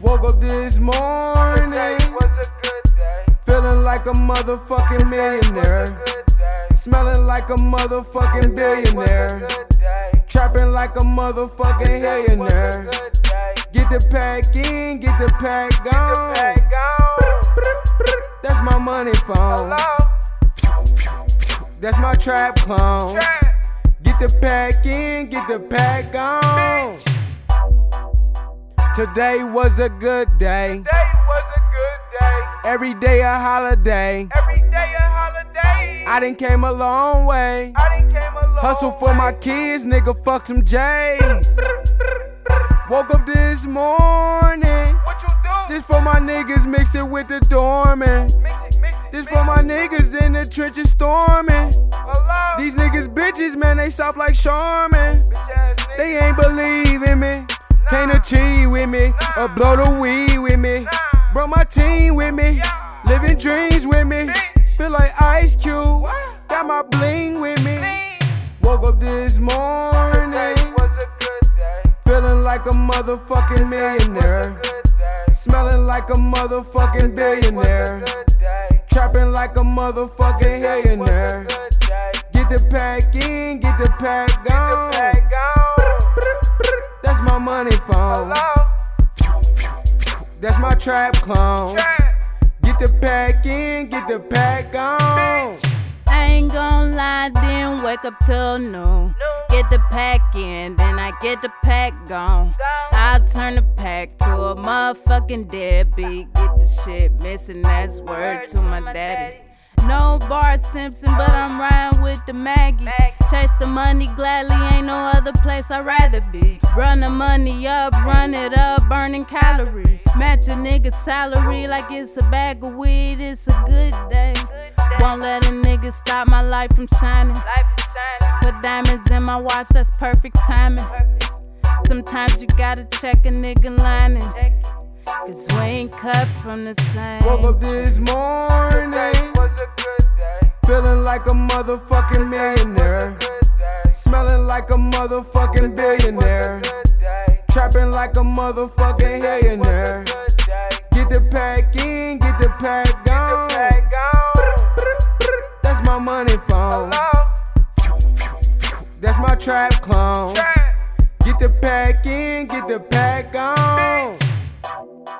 Woke up this morning, feeling like a motherfucking millionaire. Smelling like a motherfucking billionaire. Trapping like a motherfucking millionaire. Get the pack in, get the pack gone. That's my money phone. That's my trap clone. Get the pack in, get the pack gone. Today was a good day. Today was a good day. Every day a holiday. Every day a holiday. I, I done came a long way. done came a long Hustle for my kids, nigga, fuck some J's. Woke up this morning. What you do? This for my niggas, mix it with the dormant. mix it, mix it. This mix for my niggas in the trenches storming. Alone. These niggas bitches, man, they soft like Charmin. bitch ass niggas. They ain't believe in me. Can't achieve with me, or blow the weed with me. Brought my team with me, living dreams with me. Feel like Ice Cube, got my bling with me. Woke up this morning, Today was a good day. feeling like a motherfucking millionaire. Good day. Smelling like a motherfucking billionaire. Good day. Trapping like a motherfucking millionaire. Good day. Get the pack in, get the pack gone. Back on. That's my money phone. That's my trap clone. Get the pack in, get the pack gone. I ain't gonna lie, didn't wake up till noon. Get the pack in, then I get the pack gone. I'll turn the pack to a motherfucking deadbeat. Get the shit missing, that's word to my daddy. No Bart Simpson, but I'm riding with the Maggie. Chase the money gladly, ain't no other place I'd rather be. Run the money up, run it up, burning calories. Match a nigga's salary like it's a bag of weed, it's a good day. Won't let a nigga stop my life from shining. Put diamonds in my watch, that's perfect timing. Sometimes you gotta check a nigga lining. Cause we ain't cut from the same. Woke up this morning, Was a good day. feeling like a motherfucking millionaire. Good day. Smelling like a motherfucking billionaire. Good day. Trapping like a motherfucking millionaire. Good day. Get the pack in, get the pack gone. Back on. That's my money phone. That's my trap clone. Get the pack in, get the pack on.